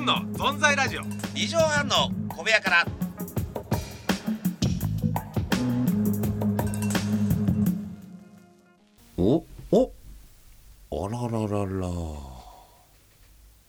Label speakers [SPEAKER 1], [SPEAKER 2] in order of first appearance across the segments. [SPEAKER 1] の存在ラジオ
[SPEAKER 2] 二畳半の小部屋から
[SPEAKER 3] おおあらららら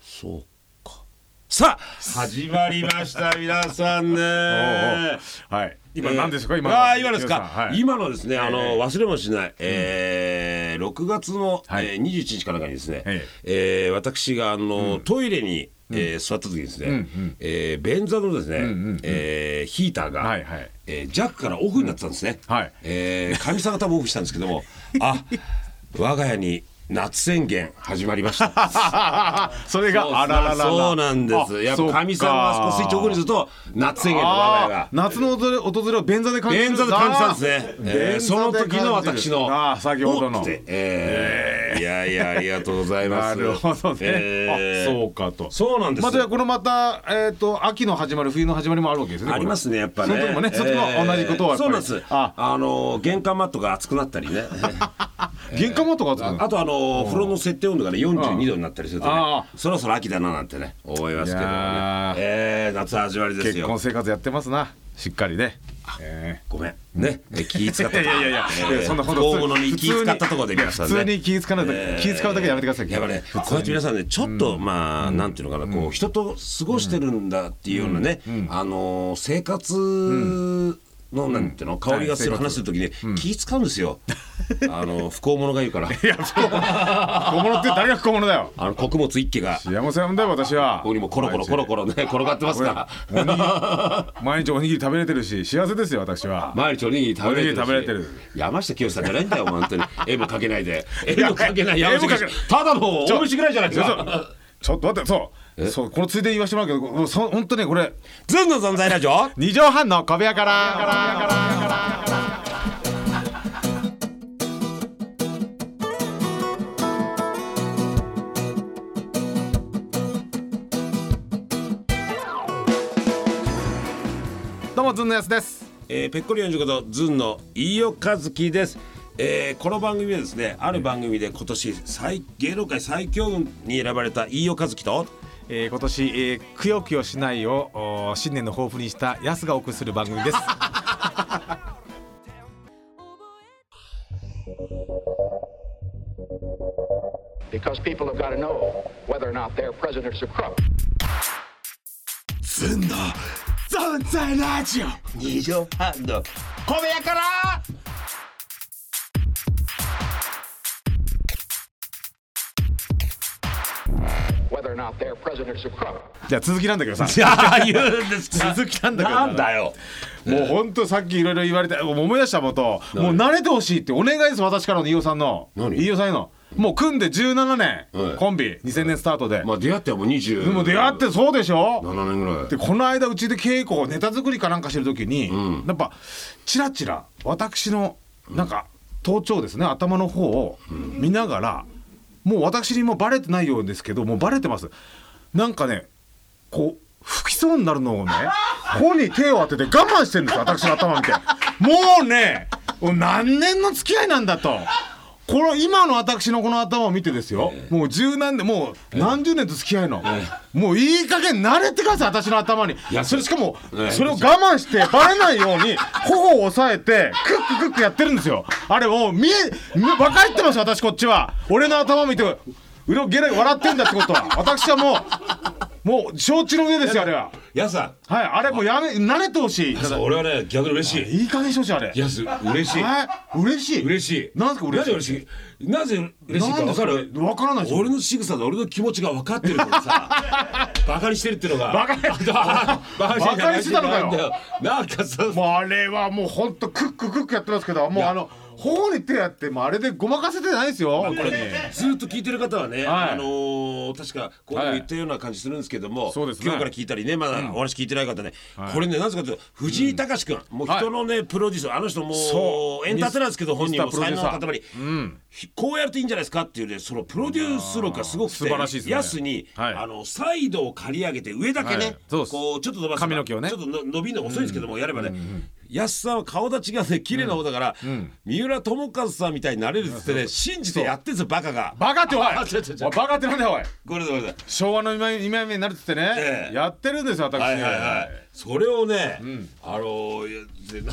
[SPEAKER 3] そうかさあ始まりました皆さんね
[SPEAKER 4] はい。今
[SPEAKER 3] えー
[SPEAKER 4] 何ですか今の。
[SPEAKER 3] あー今ですか、
[SPEAKER 4] 皆さんはい。
[SPEAKER 3] 今のですねあの、
[SPEAKER 4] ええ
[SPEAKER 3] 忘れもしない、えー6月の、
[SPEAKER 4] はい
[SPEAKER 3] えー21日からがですね、
[SPEAKER 4] え
[SPEAKER 3] えー私があの、トイレに、えー座った時にですね、
[SPEAKER 4] うんうん
[SPEAKER 3] えー便座のですね、
[SPEAKER 4] んうん
[SPEAKER 3] えーヒーターが、
[SPEAKER 4] はいはい。
[SPEAKER 3] えージャックからオフになってたんですね、
[SPEAKER 4] うんはい
[SPEAKER 3] えー神様方もオフしたんですけど もあ我が家に夏宣言始まりました
[SPEAKER 4] それがあらららら。
[SPEAKER 3] そうなんですやっぱ神様があそこスイッチオフにすると夏宣言の我が家が
[SPEAKER 4] あー夏の訪れ訪れを便座で感じる。
[SPEAKER 3] 便座で感じたんですねえ
[SPEAKER 4] あー、
[SPEAKER 3] ー
[SPEAKER 4] 便座
[SPEAKER 3] その
[SPEAKER 4] で感
[SPEAKER 3] 時
[SPEAKER 4] じる
[SPEAKER 3] の私の
[SPEAKER 4] ああ先ほど
[SPEAKER 3] おっ
[SPEAKER 4] の
[SPEAKER 3] っ。てえーいやいやありがとうございま
[SPEAKER 4] な
[SPEAKER 3] す
[SPEAKER 4] るほどね。
[SPEAKER 3] え
[SPEAKER 4] あ
[SPEAKER 3] ー
[SPEAKER 4] そうかと。
[SPEAKER 3] そうなんです
[SPEAKER 4] またじゃあこのまたえっと秋の始まり冬の始まりもあるわけですね。こ
[SPEAKER 3] あ
[SPEAKER 4] れ
[SPEAKER 3] りますねやっぱね
[SPEAKER 4] その時もねその時も同じことをやっぱり
[SPEAKER 3] そうなんですあ
[SPEAKER 4] あ
[SPEAKER 3] のー玄関マットが熱くなったりね
[SPEAKER 4] 玄関マットがあったの
[SPEAKER 3] あとあのー風呂の設定温度がね42度になったりするとね
[SPEAKER 4] あ
[SPEAKER 3] そろそろ秋だななんてね思いますけど
[SPEAKER 4] い
[SPEAKER 3] ね
[SPEAKER 4] やー
[SPEAKER 3] えー夏始まりです
[SPEAKER 4] 結
[SPEAKER 3] よ
[SPEAKER 4] 婚生活やってますな。しっかりね。え
[SPEAKER 3] ごめんねえ気使った
[SPEAKER 4] ーいやいやいや
[SPEAKER 3] え
[SPEAKER 4] い
[SPEAKER 3] ー
[SPEAKER 4] や、そんなこと
[SPEAKER 3] 大物に気使ったところで皆さんね
[SPEAKER 4] 普通に気使わない
[SPEAKER 3] えー
[SPEAKER 4] 気使うだけやめてください。
[SPEAKER 3] やっぱね、こうやって皆さんね、ちょっと、まあ、なんていうのかな、こう、人と過ごしてるんだっていうようなね、あのー、生活の、なんていうの、香りがする
[SPEAKER 4] はい
[SPEAKER 3] 話するときに、気使うんです よ。あの、不幸者がいるから、
[SPEAKER 4] 小物って誰が小物だよ。
[SPEAKER 3] あの、穀物一揆が、こ
[SPEAKER 4] 山本んだよ私は
[SPEAKER 3] こにもコロコロコロコロ ね、転がってますか
[SPEAKER 4] おにぎり
[SPEAKER 3] ら。
[SPEAKER 4] 毎日おにぎり食べれてるし幸せですよ私は
[SPEAKER 3] 毎日おにぎり食べれてるし
[SPEAKER 4] おにぎり食べれてる
[SPEAKER 3] 山下清さんじゃないんだよ本 当に絵も描けないで絵も描けない山下
[SPEAKER 4] 絵も描け
[SPEAKER 3] 清
[SPEAKER 4] ない
[SPEAKER 3] ただの大虫ぐらいじゃないですか
[SPEAKER 4] かちょっと待ってそうそうこのついで言わせてもらうけどもうそ本当ねこれ
[SPEAKER 3] ずんの存在ラジオ
[SPEAKER 4] 二畳半の小部屋からどうもずんのやすです
[SPEAKER 3] えー、ペッコリ45度ズンの飯尾和樹です、えーこの番組はですねある番組で今年最芸能界最強運に選ばれた飯尾和樹と
[SPEAKER 4] えー、今年、えー、くよくよしないをおー新年の抱負にしたやすがお送りする番組 です
[SPEAKER 5] because people have got to know whether or not their president's a crook.
[SPEAKER 3] ズンの存在ラジオ
[SPEAKER 2] 二畳半の小部屋から
[SPEAKER 5] Whether or not their president's a crook.
[SPEAKER 4] じゃあ続きなんだけどさ
[SPEAKER 3] ああ言うんですか
[SPEAKER 4] 続きなんだけど
[SPEAKER 3] なんだよ
[SPEAKER 4] もうほんとさっきいろいろ言われてもう思い出したこともう慣れてほしいってお願いです私からの飯尾さんの
[SPEAKER 3] 何
[SPEAKER 4] 飯尾さんへのもう組んで17年、
[SPEAKER 3] はい
[SPEAKER 4] コンビ2000年スタートで、
[SPEAKER 3] まあ出会ってはもう20
[SPEAKER 4] でも出会ってそうでしょ
[SPEAKER 3] 7年ぐらい
[SPEAKER 4] でこの間うちで稽古ネタ作りかなんかしてる時に、やっぱチラチラ私のなんか頭頂ですね頭の方を見ながら、もう私にもバレてないようですけどもうバレてますなんかねこう吹きそうになるのをねここに手を当てて我慢してるんですよ私の頭見てもうねもう何年の付き合いなんだと。この今の私のこの頭を見てですよ、もう十何年もう何十年と付き合いの、もういい加減慣れてください私の頭に
[SPEAKER 3] や
[SPEAKER 4] それしかも、
[SPEAKER 3] ええ
[SPEAKER 4] それを我慢してバレないように頬を押さえてクッククックやってるんですよあれもう見え見分かってますよ私こっちは俺の頭見てうろゲラ笑ってんだってことは私はもうもう承知の上ですよあれは
[SPEAKER 3] やすさん
[SPEAKER 4] はいあれもうやめ慣れてほしい
[SPEAKER 3] やすさん俺はね逆に嬉しい
[SPEAKER 4] いい加減してほしいあれ
[SPEAKER 3] やす嬉しい
[SPEAKER 4] はい嬉しい
[SPEAKER 3] 嬉しい
[SPEAKER 4] なんですか嬉しい
[SPEAKER 3] なぜ嬉しいなぜ嬉しいか
[SPEAKER 4] な
[SPEAKER 3] 分
[SPEAKER 4] んですか
[SPEAKER 3] かる
[SPEAKER 4] わからないです
[SPEAKER 3] 俺の仕草で俺の気持ちが分かってるのに さバカにしてるっていうのが
[SPEAKER 4] バカ に
[SPEAKER 3] バ
[SPEAKER 4] バカにしてたのかよ
[SPEAKER 3] なんかさ
[SPEAKER 4] もうあれはもうほんとクッククックやってますけどもうあの頬に手やってもうあれでごまかせてないですよ、
[SPEAKER 3] これね、ずっと聞いてる方はね、
[SPEAKER 4] はい
[SPEAKER 3] あのー確かこう言ったような感じするんですけども、
[SPEAKER 4] そうですね
[SPEAKER 3] 今日から聞いたりねまだお話聞いてない方ね、これねなぜかというと藤井隆君、もう人のね、プロデュースあの人も
[SPEAKER 4] そう
[SPEAKER 3] エンターテイナーですけど本人も
[SPEAKER 4] ミスター
[SPEAKER 3] 才能
[SPEAKER 4] プロ
[SPEAKER 3] の塊、ひこうやるといいんじゃないですかっていうねそのプロデュース力がすごくて
[SPEAKER 4] 素晴らしいですね
[SPEAKER 3] やすに、
[SPEAKER 4] はい
[SPEAKER 3] あのサイドを刈り上げて上だけね、
[SPEAKER 4] はいそうです
[SPEAKER 3] こうちょっと伸ばせば
[SPEAKER 4] 髪の毛をね
[SPEAKER 3] ちょっとの伸びるの遅いんですけども、やればね、安さんは顔立ちがね綺麗な方だから、三浦友和さんみたいになれるっつってね信じてやってんすよバカが
[SPEAKER 4] バカっておい
[SPEAKER 3] あ違う違う違う
[SPEAKER 4] おいバカってなんだよおい
[SPEAKER 3] ごめんなさいごめんなさい
[SPEAKER 4] 昭和の今今目になるって言ってね
[SPEAKER 3] え、え
[SPEAKER 4] やってるんですよ私、
[SPEAKER 3] はいはいはいそれをね、あのーいやでな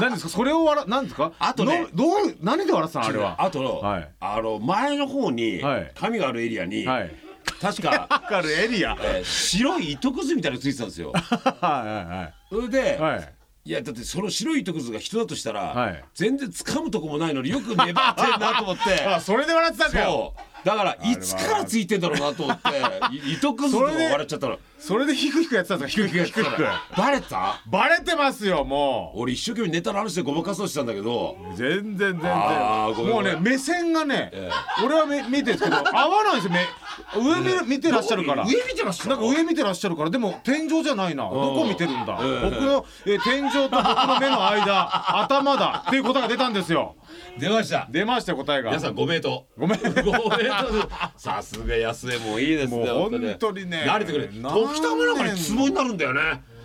[SPEAKER 4] 何ですかそれを笑何ですか
[SPEAKER 3] あとね
[SPEAKER 4] のどう何で笑ってたのあれは
[SPEAKER 3] あとの、
[SPEAKER 4] はい
[SPEAKER 3] あの前の方に、
[SPEAKER 4] はい
[SPEAKER 3] 神があるエリアに、
[SPEAKER 4] はい
[SPEAKER 3] 確か、
[SPEAKER 4] かるエリア はい
[SPEAKER 3] えー白い糸くずみたいなのついてたんです よ
[SPEAKER 4] は
[SPEAKER 3] それで、
[SPEAKER 4] いはいはい
[SPEAKER 3] いやだってその白い糸くずが人だとしたら、
[SPEAKER 4] はい
[SPEAKER 3] 全然掴むとこもないのによく粘ってんなと思って
[SPEAKER 4] あそれで笑ってたんだよ
[SPEAKER 3] そうだからいつからついてんだろうなと思 ってい糸くずとか
[SPEAKER 4] それで
[SPEAKER 3] 笑っちゃったの
[SPEAKER 4] それでヒクヒクやってたんですかヒクヒクヒクヒク
[SPEAKER 3] バレた
[SPEAKER 4] バレてますよも
[SPEAKER 3] 俺一生懸命ネタの話でごまかそうとしたんだけど
[SPEAKER 4] う全然全然
[SPEAKER 3] あーごめん
[SPEAKER 4] もうね
[SPEAKER 3] ごめん
[SPEAKER 4] 目線がね、俺はめ見てる んですけど合わないんですよ目上見る見てらっしゃるから
[SPEAKER 3] 上見てました
[SPEAKER 4] なんか上見てらっしゃるからでも天井じゃないなどこ見てるんだ、
[SPEAKER 3] え
[SPEAKER 4] 僕の、えー天井と僕の目の間頭だっていう答えが出たんですよ
[SPEAKER 3] 出ました
[SPEAKER 4] 出ましたよ答えが
[SPEAKER 3] 皆さんご名答
[SPEAKER 4] ごめん
[SPEAKER 3] ご名答ですさすが安江もいいですね
[SPEAKER 4] もう
[SPEAKER 3] に
[SPEAKER 4] 本当にね
[SPEAKER 3] 慣れてくれ
[SPEAKER 4] 何年も
[SPEAKER 3] 時たまなんかにツボになるんだよね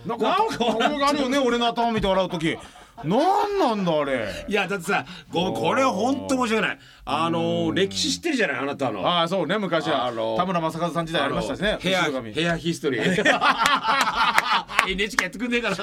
[SPEAKER 4] なんか俺があるよね俺の頭見て笑う時なんなんだあれ
[SPEAKER 3] いやだってさごこれは本当申し訳ないあの歴史知ってるじゃないあなたの
[SPEAKER 4] ああそうね昔は
[SPEAKER 3] あの
[SPEAKER 4] 田村正和さん時代ありましたしね
[SPEAKER 3] ヘア
[SPEAKER 4] 後ろ髪
[SPEAKER 3] ヘアヒス トリー NHK やってくんねえから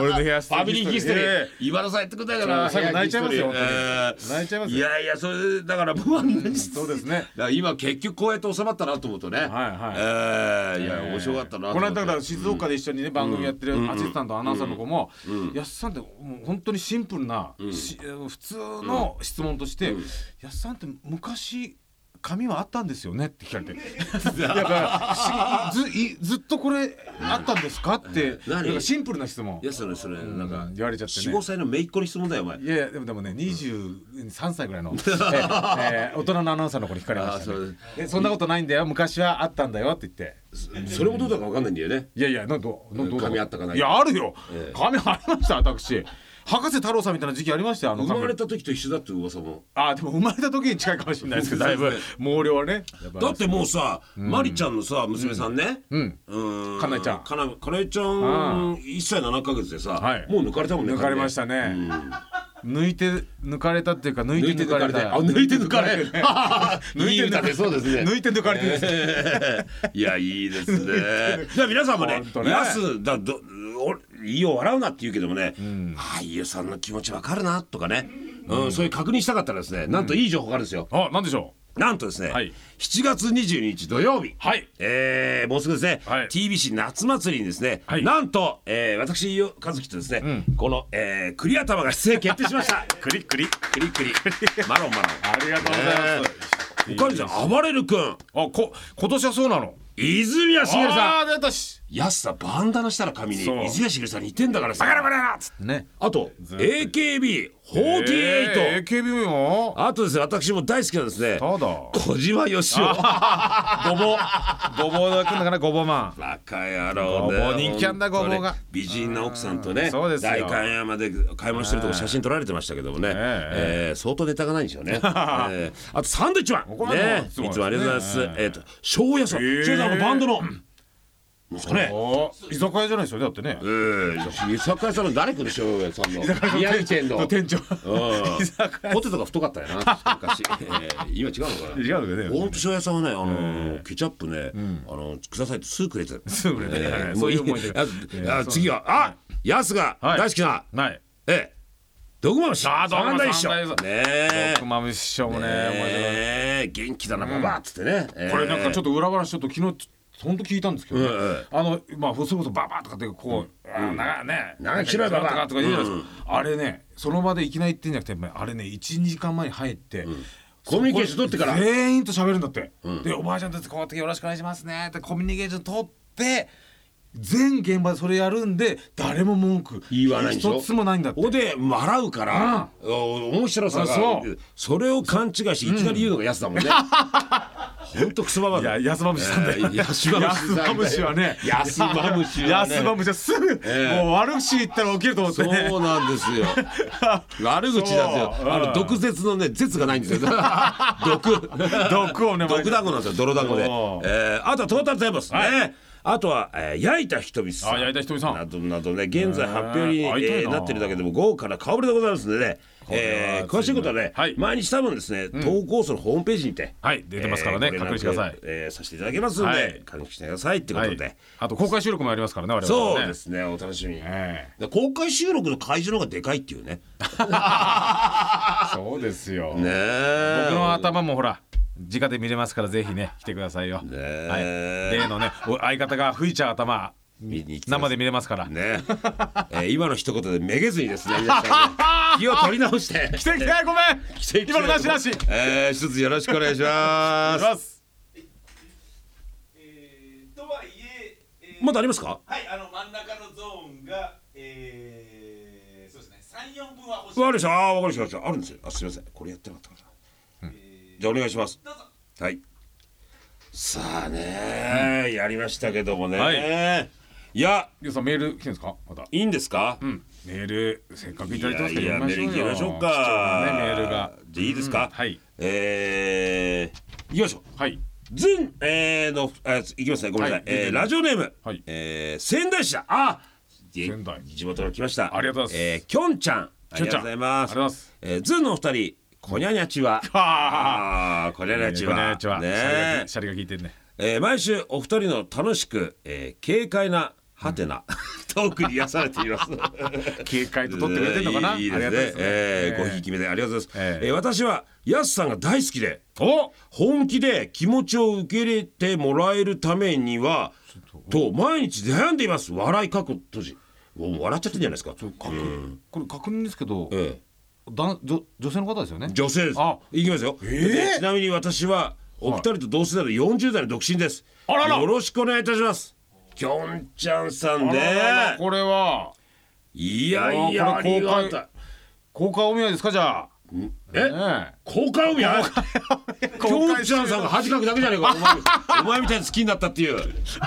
[SPEAKER 4] 俺のヘアス
[SPEAKER 3] ファミリーヒストリー
[SPEAKER 4] え、
[SPEAKER 3] 今のさんやってくんないから、
[SPEAKER 4] ちょっと最後泣いちゃいますよ
[SPEAKER 3] ヘアヒストリー
[SPEAKER 4] 泣いちゃいます
[SPEAKER 3] えーい
[SPEAKER 4] よ
[SPEAKER 3] やいや、それ、だから、僕は 何し、
[SPEAKER 4] そうですね。
[SPEAKER 3] だから今結局こうやって収まったなと思うとね。はい
[SPEAKER 4] はい
[SPEAKER 3] えーいや、面白かったなと
[SPEAKER 4] こ
[SPEAKER 3] 思
[SPEAKER 4] の
[SPEAKER 3] って。
[SPEAKER 4] 間だから静岡で一緒にね、番組やってるアシスタントアナウンサーの子も「やっさんってもう本当にシンプルな、し普通の質問として「やっさんって昔髪はあったんですよね?」って聞かれて 「やっぱ不思議ずいずっとこれあったんですか?」って
[SPEAKER 3] うん何
[SPEAKER 4] なんかシンプルな質問
[SPEAKER 3] いや、それ、それ、なんか、
[SPEAKER 4] 言われちゃって
[SPEAKER 3] 四
[SPEAKER 4] ね
[SPEAKER 3] 五。歳の姪っ子の質問だよ、お前。
[SPEAKER 4] いやいやでもでもね23歳 ぐらいの、えーえー大人のアナウンサーの子に聞かれました、
[SPEAKER 3] あーそ
[SPEAKER 4] ね
[SPEAKER 3] う
[SPEAKER 4] えそんなことないんだよ昔はあったんだよって言って
[SPEAKER 3] それもどうだかわかんないんだよね。
[SPEAKER 4] いやいや、なんどう、なんどう。
[SPEAKER 3] 髪あったかない
[SPEAKER 4] いや、あるよ。髪ありました、私。博士太郎さんみたいな時期ありましたよ、あの
[SPEAKER 3] 生まれ
[SPEAKER 4] 髪。
[SPEAKER 3] た時と一緒だって噂も。
[SPEAKER 4] あ、でも、生まれた時に近いかもしれないですけど、だい
[SPEAKER 3] そう
[SPEAKER 4] ぶ
[SPEAKER 3] で。
[SPEAKER 4] 毛量はね。
[SPEAKER 3] だってもうさ、マリちゃんのさ、娘さんね。
[SPEAKER 4] うん
[SPEAKER 3] う
[SPEAKER 4] かなえちゃん
[SPEAKER 3] かな、かなえちゃ
[SPEAKER 4] うん
[SPEAKER 3] ん、一歳七ヶ月でさ
[SPEAKER 4] はい、
[SPEAKER 3] もう抜かれたもんね。
[SPEAKER 4] 抜かれましたね。抜いて、抜かれたっていうか、抜い
[SPEAKER 3] 抜い
[SPEAKER 4] て
[SPEAKER 3] て
[SPEAKER 4] 抜
[SPEAKER 3] 抜
[SPEAKER 4] か
[SPEAKER 3] かれ
[SPEAKER 4] れた。
[SPEAKER 3] た。あ、抜いて抜かれ。
[SPEAKER 4] 抜い て抜かれ
[SPEAKER 3] いい歌でそうですね
[SPEAKER 4] 抜いて抜かれてです。
[SPEAKER 3] いや、いいですね。 じゃあ皆さんもね
[SPEAKER 4] ほんと、ね
[SPEAKER 3] やす、だ、ど、お、いいよ、笑うなって言うけどもね、俳優さんの気持ちわかるな、とかね。うん、そういう確認したかったらですね、なんといい情報があるんですよ。
[SPEAKER 4] あ、なんでしょ
[SPEAKER 3] なんとですね、
[SPEAKER 4] はい
[SPEAKER 3] 7月22日土曜日、
[SPEAKER 4] はい
[SPEAKER 3] えーもうすぐですね、
[SPEAKER 4] はい
[SPEAKER 3] TBC 夏祭りにですね、
[SPEAKER 4] はい
[SPEAKER 3] なんと、えー、私、伊予和樹とですね、この、えー、栗頭が出演決定しま した。クリクリ。クリクリ。マロンマロン。
[SPEAKER 4] う。ありがとうございます。
[SPEAKER 3] 他にですね、暴れる君、
[SPEAKER 4] あ、こ、今年はそうなの。
[SPEAKER 3] 泉谷しげるさん。
[SPEAKER 4] あー、出たし。
[SPEAKER 3] 安さバンダナしたら髪に
[SPEAKER 4] そう
[SPEAKER 3] 泉谷しげるさんに似てんだからさバカなバカなっつって
[SPEAKER 4] ね。
[SPEAKER 3] あと AKB48
[SPEAKER 4] えー AKB もよ。
[SPEAKER 3] あとですね私も大好きなんですね
[SPEAKER 4] ただ。
[SPEAKER 3] 小島よ しお
[SPEAKER 4] ごぼう。ごぼうだくんだから、ごぼうまん。
[SPEAKER 3] バカ野郎
[SPEAKER 4] ごぼう人気あんだ
[SPEAKER 3] 本当ね
[SPEAKER 4] ごぼうが
[SPEAKER 3] 美人な奥さんとね
[SPEAKER 4] そうですよ
[SPEAKER 3] 代官山で買い物してるとこ写真撮られてましたけどもね、えー相当ネタがないんでし ょうね、えーあとサンドイッチマ
[SPEAKER 4] こ
[SPEAKER 3] ン
[SPEAKER 4] れはもう
[SPEAKER 3] ね
[SPEAKER 4] すごいですね
[SPEAKER 3] いつもありがとうございます、えっと庄屋さん
[SPEAKER 4] えー
[SPEAKER 3] 庄屋さんあのバンドのですかね
[SPEAKER 4] あ居酒屋じゃないですよねだってね
[SPEAKER 3] ええ居酒屋さんの誰来る庄屋さんの宮城 県の
[SPEAKER 4] 店長
[SPEAKER 3] うん
[SPEAKER 4] 居酒
[SPEAKER 3] ポテトが太かったよな 昔、えー今違うのかな
[SPEAKER 4] 違うけどね
[SPEAKER 3] 本当庄屋さんはねあのー、ケチャップね、あのーくださいってすぐくれてた
[SPEAKER 4] すぐね
[SPEAKER 3] えー
[SPEAKER 4] そういう思い出
[SPEAKER 3] ああ次はあやすが
[SPEAKER 4] はい
[SPEAKER 3] 大好きな
[SPEAKER 4] ない
[SPEAKER 3] ええドグマムシ
[SPEAKER 4] あードグマムシ
[SPEAKER 3] 三代一
[SPEAKER 4] 三
[SPEAKER 3] 緒ねえ
[SPEAKER 4] 僕まみ師匠もね思い出が
[SPEAKER 3] ええ元気だなババっつってね、ええ
[SPEAKER 4] これなんかちょっと裏話ちょっと昨日本当聞いたんですけどねあのまあそれこそババとかってこうあー長いね
[SPEAKER 3] 長い白いババ
[SPEAKER 4] とかとか言うじゃないですかあれねその場でいきなり言ってんじゃなくてあれね1時間前に入って
[SPEAKER 3] コミュニケーション取ってから
[SPEAKER 4] 全員と喋るんだって、でおばあちゃんたちこうやってよろしくお願いしますねってコミュニケーション取って全現場でそれやるんで誰も文句
[SPEAKER 3] 言わないでしょ
[SPEAKER 4] 一つもないんだって
[SPEAKER 3] ここで笑うから、お面白さが
[SPEAKER 4] あそう
[SPEAKER 3] それを勘違いしていきなり言うのがやすだもんね、ほんとクソババ
[SPEAKER 4] い
[SPEAKER 3] だ
[SPEAKER 4] や安まむしさんだよ、
[SPEAKER 3] えー安まむしさんだよ
[SPEAKER 4] 安まむしはね
[SPEAKER 3] 安まむしはね
[SPEAKER 4] 安まむしはすぐ、
[SPEAKER 3] ええ
[SPEAKER 4] もう悪口言ったら起きると思ってね
[SPEAKER 3] そうなんです よ悪口なんです
[SPEAKER 4] そう
[SPEAKER 3] よあの毒舌のね舌がないんですよ 毒
[SPEAKER 4] 毒をね
[SPEAKER 3] 毒だこなんですよ泥だこで
[SPEAKER 4] そう、
[SPEAKER 3] えーあとはトータルテンボスね、あとは、えー、焼いた人々さん
[SPEAKER 4] あ焼いた人々さん
[SPEAKER 3] などなどね現在発表に、
[SPEAKER 4] へー会いたいな
[SPEAKER 3] えーなってるだけでも豪華な顔ぶれでございますのでね、
[SPEAKER 4] れは
[SPEAKER 3] えー詳しいことはね、
[SPEAKER 4] はい
[SPEAKER 3] 毎日多分ですね、投稿数のホームページにて、
[SPEAKER 4] はい出てますからね
[SPEAKER 3] これ
[SPEAKER 4] 確認してください
[SPEAKER 3] えーさせていただきますんで、
[SPEAKER 4] はい
[SPEAKER 3] 確認してくださいってこ
[SPEAKER 4] は
[SPEAKER 3] と
[SPEAKER 4] い
[SPEAKER 3] で、
[SPEAKER 4] あと公開収録もありますからね我々はね
[SPEAKER 3] そうですねお楽しみに、
[SPEAKER 4] ええ
[SPEAKER 3] で公開収録の会場の方がでかいっていうね
[SPEAKER 4] そうですよ
[SPEAKER 3] ねえ
[SPEAKER 4] 僕の頭もほら直で見れますからぜひね来てくださいよ、はい、
[SPEAKER 3] え
[SPEAKER 4] 例のねお相方が吹いちゃう頭
[SPEAKER 3] 見に来て
[SPEAKER 4] 生で見れますから、
[SPEAKER 3] ね、 えー今の一言でめげずにですね皆 さんね気を取り直して
[SPEAKER 4] 来て来てごめん
[SPEAKER 3] 来て
[SPEAKER 4] 今のなしなし
[SPEAKER 3] えー、一つよろしくお願いし
[SPEAKER 4] お
[SPEAKER 3] ま
[SPEAKER 4] 願い
[SPEAKER 3] す
[SPEAKER 4] します
[SPEAKER 1] えーとはいええ ー
[SPEAKER 3] まだありますか
[SPEAKER 1] はい、あの真ん中のゾーンが、えー、そうですね、三四分は欲しい。
[SPEAKER 3] わかりましたあーわかりましたあるんですよあすいませんこれやってなかったから、じゃあお願いします
[SPEAKER 1] どうぞ
[SPEAKER 3] はいさあね、やりましたけどもね、、
[SPEAKER 4] はい
[SPEAKER 3] や
[SPEAKER 4] リュウさんメール来てるんですかまた
[SPEAKER 3] いいんですか、
[SPEAKER 4] メールせっかくい
[SPEAKER 3] い
[SPEAKER 4] ただいてますから
[SPEAKER 3] やいやメール
[SPEAKER 4] 読
[SPEAKER 3] いき
[SPEAKER 4] み
[SPEAKER 3] ましょう
[SPEAKER 4] 貴重な
[SPEAKER 3] か
[SPEAKER 4] ねメールが
[SPEAKER 3] でいいです
[SPEAKER 4] うん
[SPEAKER 3] か、
[SPEAKER 4] はい
[SPEAKER 3] えー、いきましょう
[SPEAKER 4] はい
[SPEAKER 3] ズン、えー、の、あ、いきますね、ごめんなさい、
[SPEAKER 4] はい
[SPEAKER 3] えーラジオネーム、
[SPEAKER 4] はい
[SPEAKER 3] えー仙台市だ。あ、で
[SPEAKER 4] 仙台
[SPEAKER 3] 地元の来ました。
[SPEAKER 4] ありがとうございます
[SPEAKER 3] えーきょんちゃん、あ
[SPEAKER 4] きょ
[SPEAKER 3] りが
[SPEAKER 4] んち
[SPEAKER 3] と
[SPEAKER 4] ゃ
[SPEAKER 3] うんございます。
[SPEAKER 4] ありがとうございます。
[SPEAKER 3] えー、ズンのお二人、こにゃにゃち は。ああ、こにゃにゃちは。
[SPEAKER 4] こんにちはシャリ
[SPEAKER 3] ね
[SPEAKER 4] がシャリが効いてるね
[SPEAKER 3] えー毎週お二人の楽しく、えー軽快な、はて な、トークに癒されています。
[SPEAKER 4] 警戒と取ってくれてるのかない
[SPEAKER 3] いいい
[SPEAKER 4] あり
[SPEAKER 3] です
[SPEAKER 4] が
[SPEAKER 3] ね
[SPEAKER 4] たいですね
[SPEAKER 3] えーご
[SPEAKER 4] え
[SPEAKER 3] ひいき目でありがとうございます、
[SPEAKER 4] え
[SPEAKER 3] え
[SPEAKER 4] え
[SPEAKER 3] ー私はやすさんが大好きで
[SPEAKER 4] お
[SPEAKER 3] 本気で気持ちを受け入れてもらえるためにはと毎日悩んでいます笑いかく閉じもう笑っちゃってんじゃないですか、
[SPEAKER 4] 確認これ確認ですけど
[SPEAKER 3] ええ
[SPEAKER 4] だ女女性の方ですよね
[SPEAKER 3] 女性です
[SPEAKER 4] あ
[SPEAKER 3] いきますよ、
[SPEAKER 4] ええ
[SPEAKER 3] ちなみに私はお二人と同世代の40代の独身です
[SPEAKER 4] あらら
[SPEAKER 3] よろしくお願いいたしますきょんちゃんさん
[SPEAKER 4] あららら
[SPEAKER 3] ね
[SPEAKER 4] これはい
[SPEAKER 3] やいや
[SPEAKER 4] あ
[SPEAKER 3] あ
[SPEAKER 4] ーこれ
[SPEAKER 3] り
[SPEAKER 4] 公開
[SPEAKER 3] がた
[SPEAKER 4] 公開お見合いですかじゃ
[SPEAKER 3] いえ、
[SPEAKER 4] あね
[SPEAKER 3] 公開お見合いきょんちゃんさんが恥かくだけじゃねえかお前お前みたいに好きになったっていう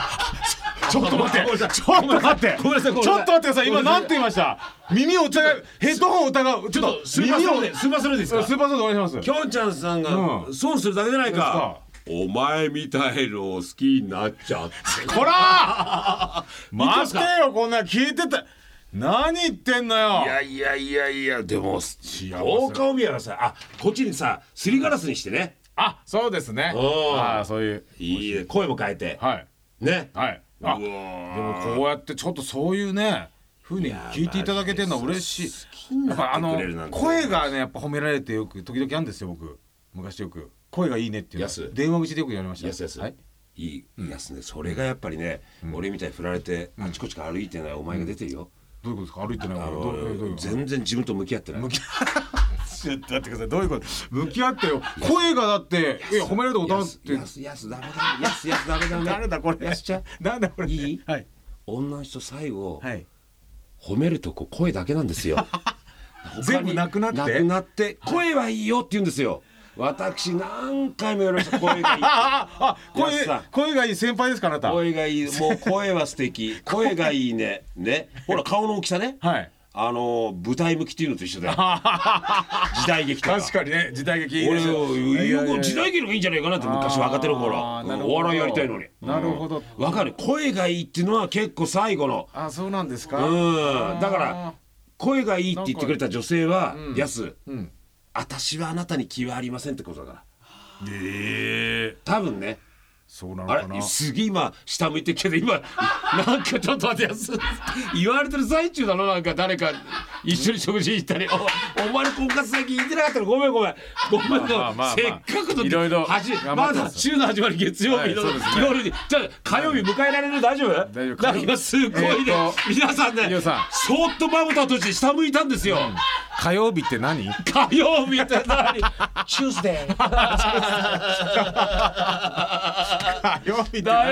[SPEAKER 4] えちょっと待ってちょっと待って
[SPEAKER 3] ごめんなさいごめんなさい
[SPEAKER 4] ちょっと待ってください今なんて言いました耳を疑うヘッドホンを疑うちょっと
[SPEAKER 3] スーパー
[SPEAKER 4] 耳
[SPEAKER 3] ソ
[SPEAKER 4] を
[SPEAKER 3] ロでスーパーソロでいいですか
[SPEAKER 4] スーパーソードお願いします
[SPEAKER 3] きょんちゃんさんが
[SPEAKER 4] うん
[SPEAKER 3] 損するだけじゃないか、お前みたいのを好きになっちゃって
[SPEAKER 4] こら待てよこんなの聞いてた何言ってんのよ
[SPEAKER 3] いやいやいやいやでも
[SPEAKER 4] せ
[SPEAKER 3] 効果お見合いはさあこっちにさすりガラスにしてね
[SPEAKER 4] あそうですね
[SPEAKER 3] おー
[SPEAKER 4] あーそういう
[SPEAKER 3] いい声も変えて
[SPEAKER 4] はい
[SPEAKER 3] ね
[SPEAKER 4] はいあでもこうやってちょっとそういうね風に聞いていただけてるのは嬉しいやっぱあ
[SPEAKER 3] なっ
[SPEAKER 4] の
[SPEAKER 3] てくれるなんて
[SPEAKER 4] 声がねやっぱ褒められてよく時々あるんですよ僕昔よく声がいいねっていうの
[SPEAKER 3] やす
[SPEAKER 4] 電話口でよく言われました
[SPEAKER 3] やすやす、
[SPEAKER 4] はいい、
[SPEAKER 3] いやすねそれがやっぱりね、俺みたいに振られてあちこちから歩いてないお前が出てるよ、
[SPEAKER 4] どういうことですか歩いてない
[SPEAKER 3] あ
[SPEAKER 4] ど
[SPEAKER 3] の
[SPEAKER 4] うどういうこと
[SPEAKER 3] 全然自分と向き合ってない
[SPEAKER 4] ちょっと待ってくださいどういうこと向き合ってよ声がだっていや褒められたことあ
[SPEAKER 3] や
[SPEAKER 4] るっ
[SPEAKER 3] す
[SPEAKER 4] て
[SPEAKER 3] やすやすダメだやすやすダメだね
[SPEAKER 4] 誰だこれ
[SPEAKER 3] やすちゃん
[SPEAKER 4] なんだこれ
[SPEAKER 3] いい
[SPEAKER 4] はい
[SPEAKER 3] 女の人最後、
[SPEAKER 4] はい
[SPEAKER 3] 褒めるとこ声だけなんですよ
[SPEAKER 4] 全部なくなって
[SPEAKER 3] 他になくなって声はいいよって言うんですよ私何回も言われました声がいい
[SPEAKER 4] あ
[SPEAKER 3] や
[SPEAKER 4] 声
[SPEAKER 3] すさん
[SPEAKER 4] 声がいい先輩ですかあなたはい
[SPEAKER 3] 声がいいもう声は素敵声がいいねねほら顔の大きさねあの舞台向きっていうのと一緒だよ時代劇とか
[SPEAKER 4] 確かにね時代劇いい
[SPEAKER 3] 俺
[SPEAKER 4] ですよいやいやいや
[SPEAKER 3] 時代劇の方がいいんじゃないかなって昔若手の頃
[SPEAKER 4] あーなるほど
[SPEAKER 3] お笑いやりたいのに
[SPEAKER 4] なるほど
[SPEAKER 3] わかる声がいいっていうのは結構最後の
[SPEAKER 4] あそうなんですか
[SPEAKER 3] うんだから声がいいって言ってくれた女性は「やす、
[SPEAKER 4] ん
[SPEAKER 3] 私はあなたに気はありません」ってことだから
[SPEAKER 4] ええ
[SPEAKER 3] 多分ね
[SPEAKER 4] そうなの
[SPEAKER 3] あ
[SPEAKER 4] かな
[SPEAKER 3] れすげえ今下向いてるけど今 なんかちょっと待ってやす言われてる最中だろなんか誰か一緒に食事行ったりおお前の婚活先行ってなかったらごめんごめんごめんごめん、
[SPEAKER 4] まあまあまあ
[SPEAKER 3] せっかくの
[SPEAKER 4] いろいろ
[SPEAKER 3] はじ
[SPEAKER 4] 頑張
[SPEAKER 3] ま
[SPEAKER 4] ってます
[SPEAKER 3] だ週の始まり月曜日の、
[SPEAKER 4] はいそうですね
[SPEAKER 3] 夜にじゃあ火曜日迎えられる大丈夫
[SPEAKER 4] 大丈夫
[SPEAKER 3] なんか今すごいね、
[SPEAKER 4] えーと
[SPEAKER 3] 皆さんね
[SPEAKER 4] 皆さん
[SPEAKER 3] そーっとまぶたとして下向いたんですよ、
[SPEAKER 4] 火曜日って何
[SPEAKER 3] 火曜日って何チュースデー
[SPEAKER 4] 火曜日って
[SPEAKER 3] 何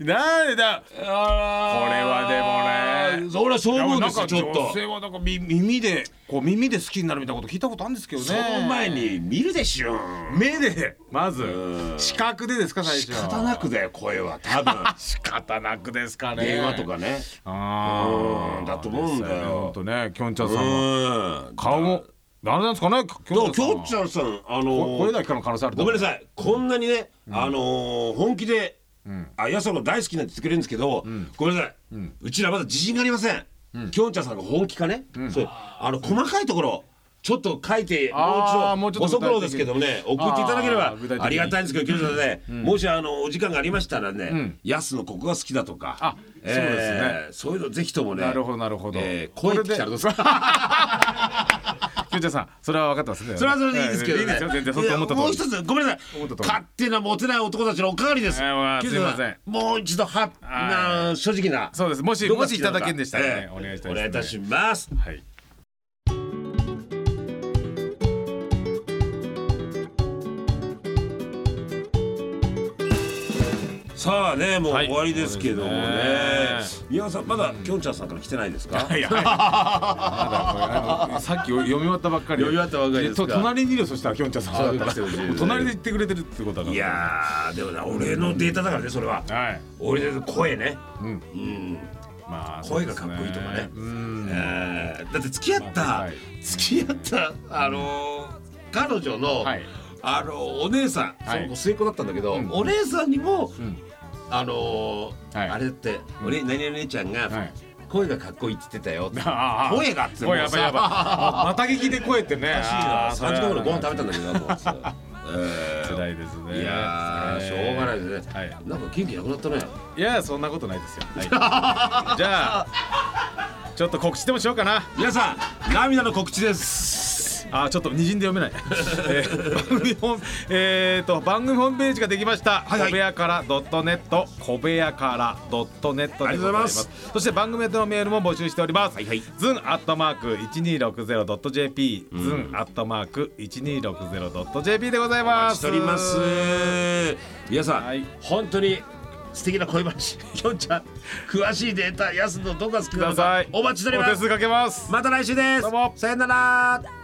[SPEAKER 4] なんだ こ
[SPEAKER 3] これ
[SPEAKER 4] はでも ね
[SPEAKER 3] それはそう思うんです
[SPEAKER 4] な
[SPEAKER 3] よ
[SPEAKER 4] んか
[SPEAKER 3] ちょっと
[SPEAKER 4] 女性はなんかみ耳でこう耳で好きになるみたいなこと聞いたことあるんですけどね
[SPEAKER 3] その前に見るでしょ
[SPEAKER 4] 目でまず視覚でですか最初
[SPEAKER 3] 仕方なくだよ声は多 分
[SPEAKER 4] 仕方なくですかね
[SPEAKER 3] 電話とかね
[SPEAKER 4] あ
[SPEAKER 3] う
[SPEAKER 4] あ
[SPEAKER 3] んだと思うんだよ
[SPEAKER 4] 本当ねきょんちゃん
[SPEAKER 3] う
[SPEAKER 4] さんは
[SPEAKER 3] ん
[SPEAKER 4] 顔もあれなんですかねき
[SPEAKER 3] ど
[SPEAKER 4] ょ
[SPEAKER 3] うきょっち
[SPEAKER 4] ん
[SPEAKER 3] ゃんさんあ
[SPEAKER 4] こ
[SPEAKER 3] の
[SPEAKER 4] れだけの可能性ある
[SPEAKER 3] ごめんなさ
[SPEAKER 4] い
[SPEAKER 3] いこんなにねあのー本気であやその大好きなんて作れるんですけど、ごめんなさい、うちらまだ自信がありません、きょんちゃんさんが本気かね、そうあの細かいところちょっと書いて
[SPEAKER 4] あー
[SPEAKER 3] もう一度
[SPEAKER 4] もうちょ
[SPEAKER 3] 遅
[SPEAKER 4] っと具
[SPEAKER 3] 苦労で
[SPEAKER 4] 体的に
[SPEAKER 3] すけどもね送っていただけれ
[SPEAKER 4] あ
[SPEAKER 3] ば
[SPEAKER 4] ー具体的に
[SPEAKER 3] ありがたいんですけどきょんちゃんね、もしあのお時間がありましたらね
[SPEAKER 4] ん
[SPEAKER 3] やす、のここが好きだとか
[SPEAKER 4] あそうですね
[SPEAKER 3] ーそういうのぜひともね
[SPEAKER 4] なるほどなるほど
[SPEAKER 3] えー、声ってきたらどうですか
[SPEAKER 4] キュンちゃんさんそれは分かってますね
[SPEAKER 3] それはそれでいいですけどね。
[SPEAKER 4] いいですよ全然そんな思った
[SPEAKER 3] もう
[SPEAKER 4] 通
[SPEAKER 3] 一
[SPEAKER 4] り
[SPEAKER 3] つごめんなさい
[SPEAKER 4] 思った。通り
[SPEAKER 3] 勝手なモテない男たちのおかわりです。
[SPEAKER 4] えーまあ
[SPEAKER 3] けどな
[SPEAKER 4] すいません
[SPEAKER 3] もう一度は
[SPEAKER 4] はい
[SPEAKER 3] な正直な。
[SPEAKER 4] そうですもし
[SPEAKER 3] どこ
[SPEAKER 4] も
[SPEAKER 3] が好
[SPEAKER 4] し
[SPEAKER 3] き
[SPEAKER 4] い
[SPEAKER 3] なの
[SPEAKER 4] ただ
[SPEAKER 3] か
[SPEAKER 4] けんでしたらね
[SPEAKER 3] ええ
[SPEAKER 4] お願いした
[SPEAKER 3] お
[SPEAKER 4] いですね
[SPEAKER 3] 願いいたします。
[SPEAKER 4] はい
[SPEAKER 3] さあねもう
[SPEAKER 4] はい
[SPEAKER 3] 終わりですけどもね
[SPEAKER 4] そ。
[SPEAKER 3] 宮川さんまだきょんちゃんさんから来てないですか。
[SPEAKER 4] いやまだこれあのさっき読み終わったばっかり
[SPEAKER 3] 読み終わったばっかりですか
[SPEAKER 4] と隣にいるよそしたらきょんちゃんさん
[SPEAKER 3] そうですね
[SPEAKER 4] もう隣で言ってくれてるってことだから
[SPEAKER 3] いやーでもな俺のデータだからねそれは。
[SPEAKER 4] はい
[SPEAKER 3] 俺の声ね。
[SPEAKER 4] うん
[SPEAKER 3] うん。
[SPEAKER 4] まあ
[SPEAKER 3] 声がかっこいいとかね
[SPEAKER 4] うん
[SPEAKER 3] えーだって付き合った、
[SPEAKER 4] まあはい
[SPEAKER 3] 付き合ったあのー彼女の、
[SPEAKER 4] はい
[SPEAKER 3] あのお姉さん、
[SPEAKER 4] はい
[SPEAKER 3] その子末っ子だったんだけど、
[SPEAKER 4] うん
[SPEAKER 3] お姉さんにも、
[SPEAKER 4] ん
[SPEAKER 3] あのー
[SPEAKER 4] はい
[SPEAKER 3] あれだって、俺何々姉ちゃんが、
[SPEAKER 4] はい
[SPEAKER 3] 声がかっこいいって言ってたよって
[SPEAKER 4] ああ
[SPEAKER 3] 声がっつって
[SPEAKER 4] 声やばい やばい
[SPEAKER 3] さ
[SPEAKER 4] また聞きで声ってね
[SPEAKER 3] おかしいな3時間後のご飯食べたんだけどなと思ってさえー
[SPEAKER 4] 辛いですね
[SPEAKER 3] いやーしょうがないですね、
[SPEAKER 4] はい
[SPEAKER 3] なんか元気なくなったね
[SPEAKER 4] いやそんなことないですよ、 はいじゃあちょっと告知でもしようかな
[SPEAKER 3] 皆さん涙の告知です
[SPEAKER 4] あーちょっとにじんで読めない、えー番組ホームえーと番組ホームページができました、
[SPEAKER 3] はいはい
[SPEAKER 4] 小部屋から .net 小部屋から
[SPEAKER 3] あ
[SPEAKER 4] .net で
[SPEAKER 3] りがとう
[SPEAKER 4] ご
[SPEAKER 3] ござ
[SPEAKER 4] ざ
[SPEAKER 3] い
[SPEAKER 4] い
[SPEAKER 3] ま
[SPEAKER 4] ますすそして番組宛てのメールも募集しております、
[SPEAKER 3] はいはい
[SPEAKER 4] ズンアットマーク 1260.jp ズンアットマーク 1260.jp でござい
[SPEAKER 3] お
[SPEAKER 4] ま
[SPEAKER 3] 待ち
[SPEAKER 4] す
[SPEAKER 3] しております皆さん、
[SPEAKER 4] はい
[SPEAKER 3] 本当に素敵な恋話 きょんちゃん詳しいデータやすのどこが好き
[SPEAKER 4] く
[SPEAKER 3] な
[SPEAKER 4] だ
[SPEAKER 3] の
[SPEAKER 4] さ
[SPEAKER 3] か
[SPEAKER 4] い
[SPEAKER 3] お待ちしておりま
[SPEAKER 4] お手数
[SPEAKER 3] す
[SPEAKER 4] かけます
[SPEAKER 3] また来週です
[SPEAKER 4] どうも
[SPEAKER 3] さよなら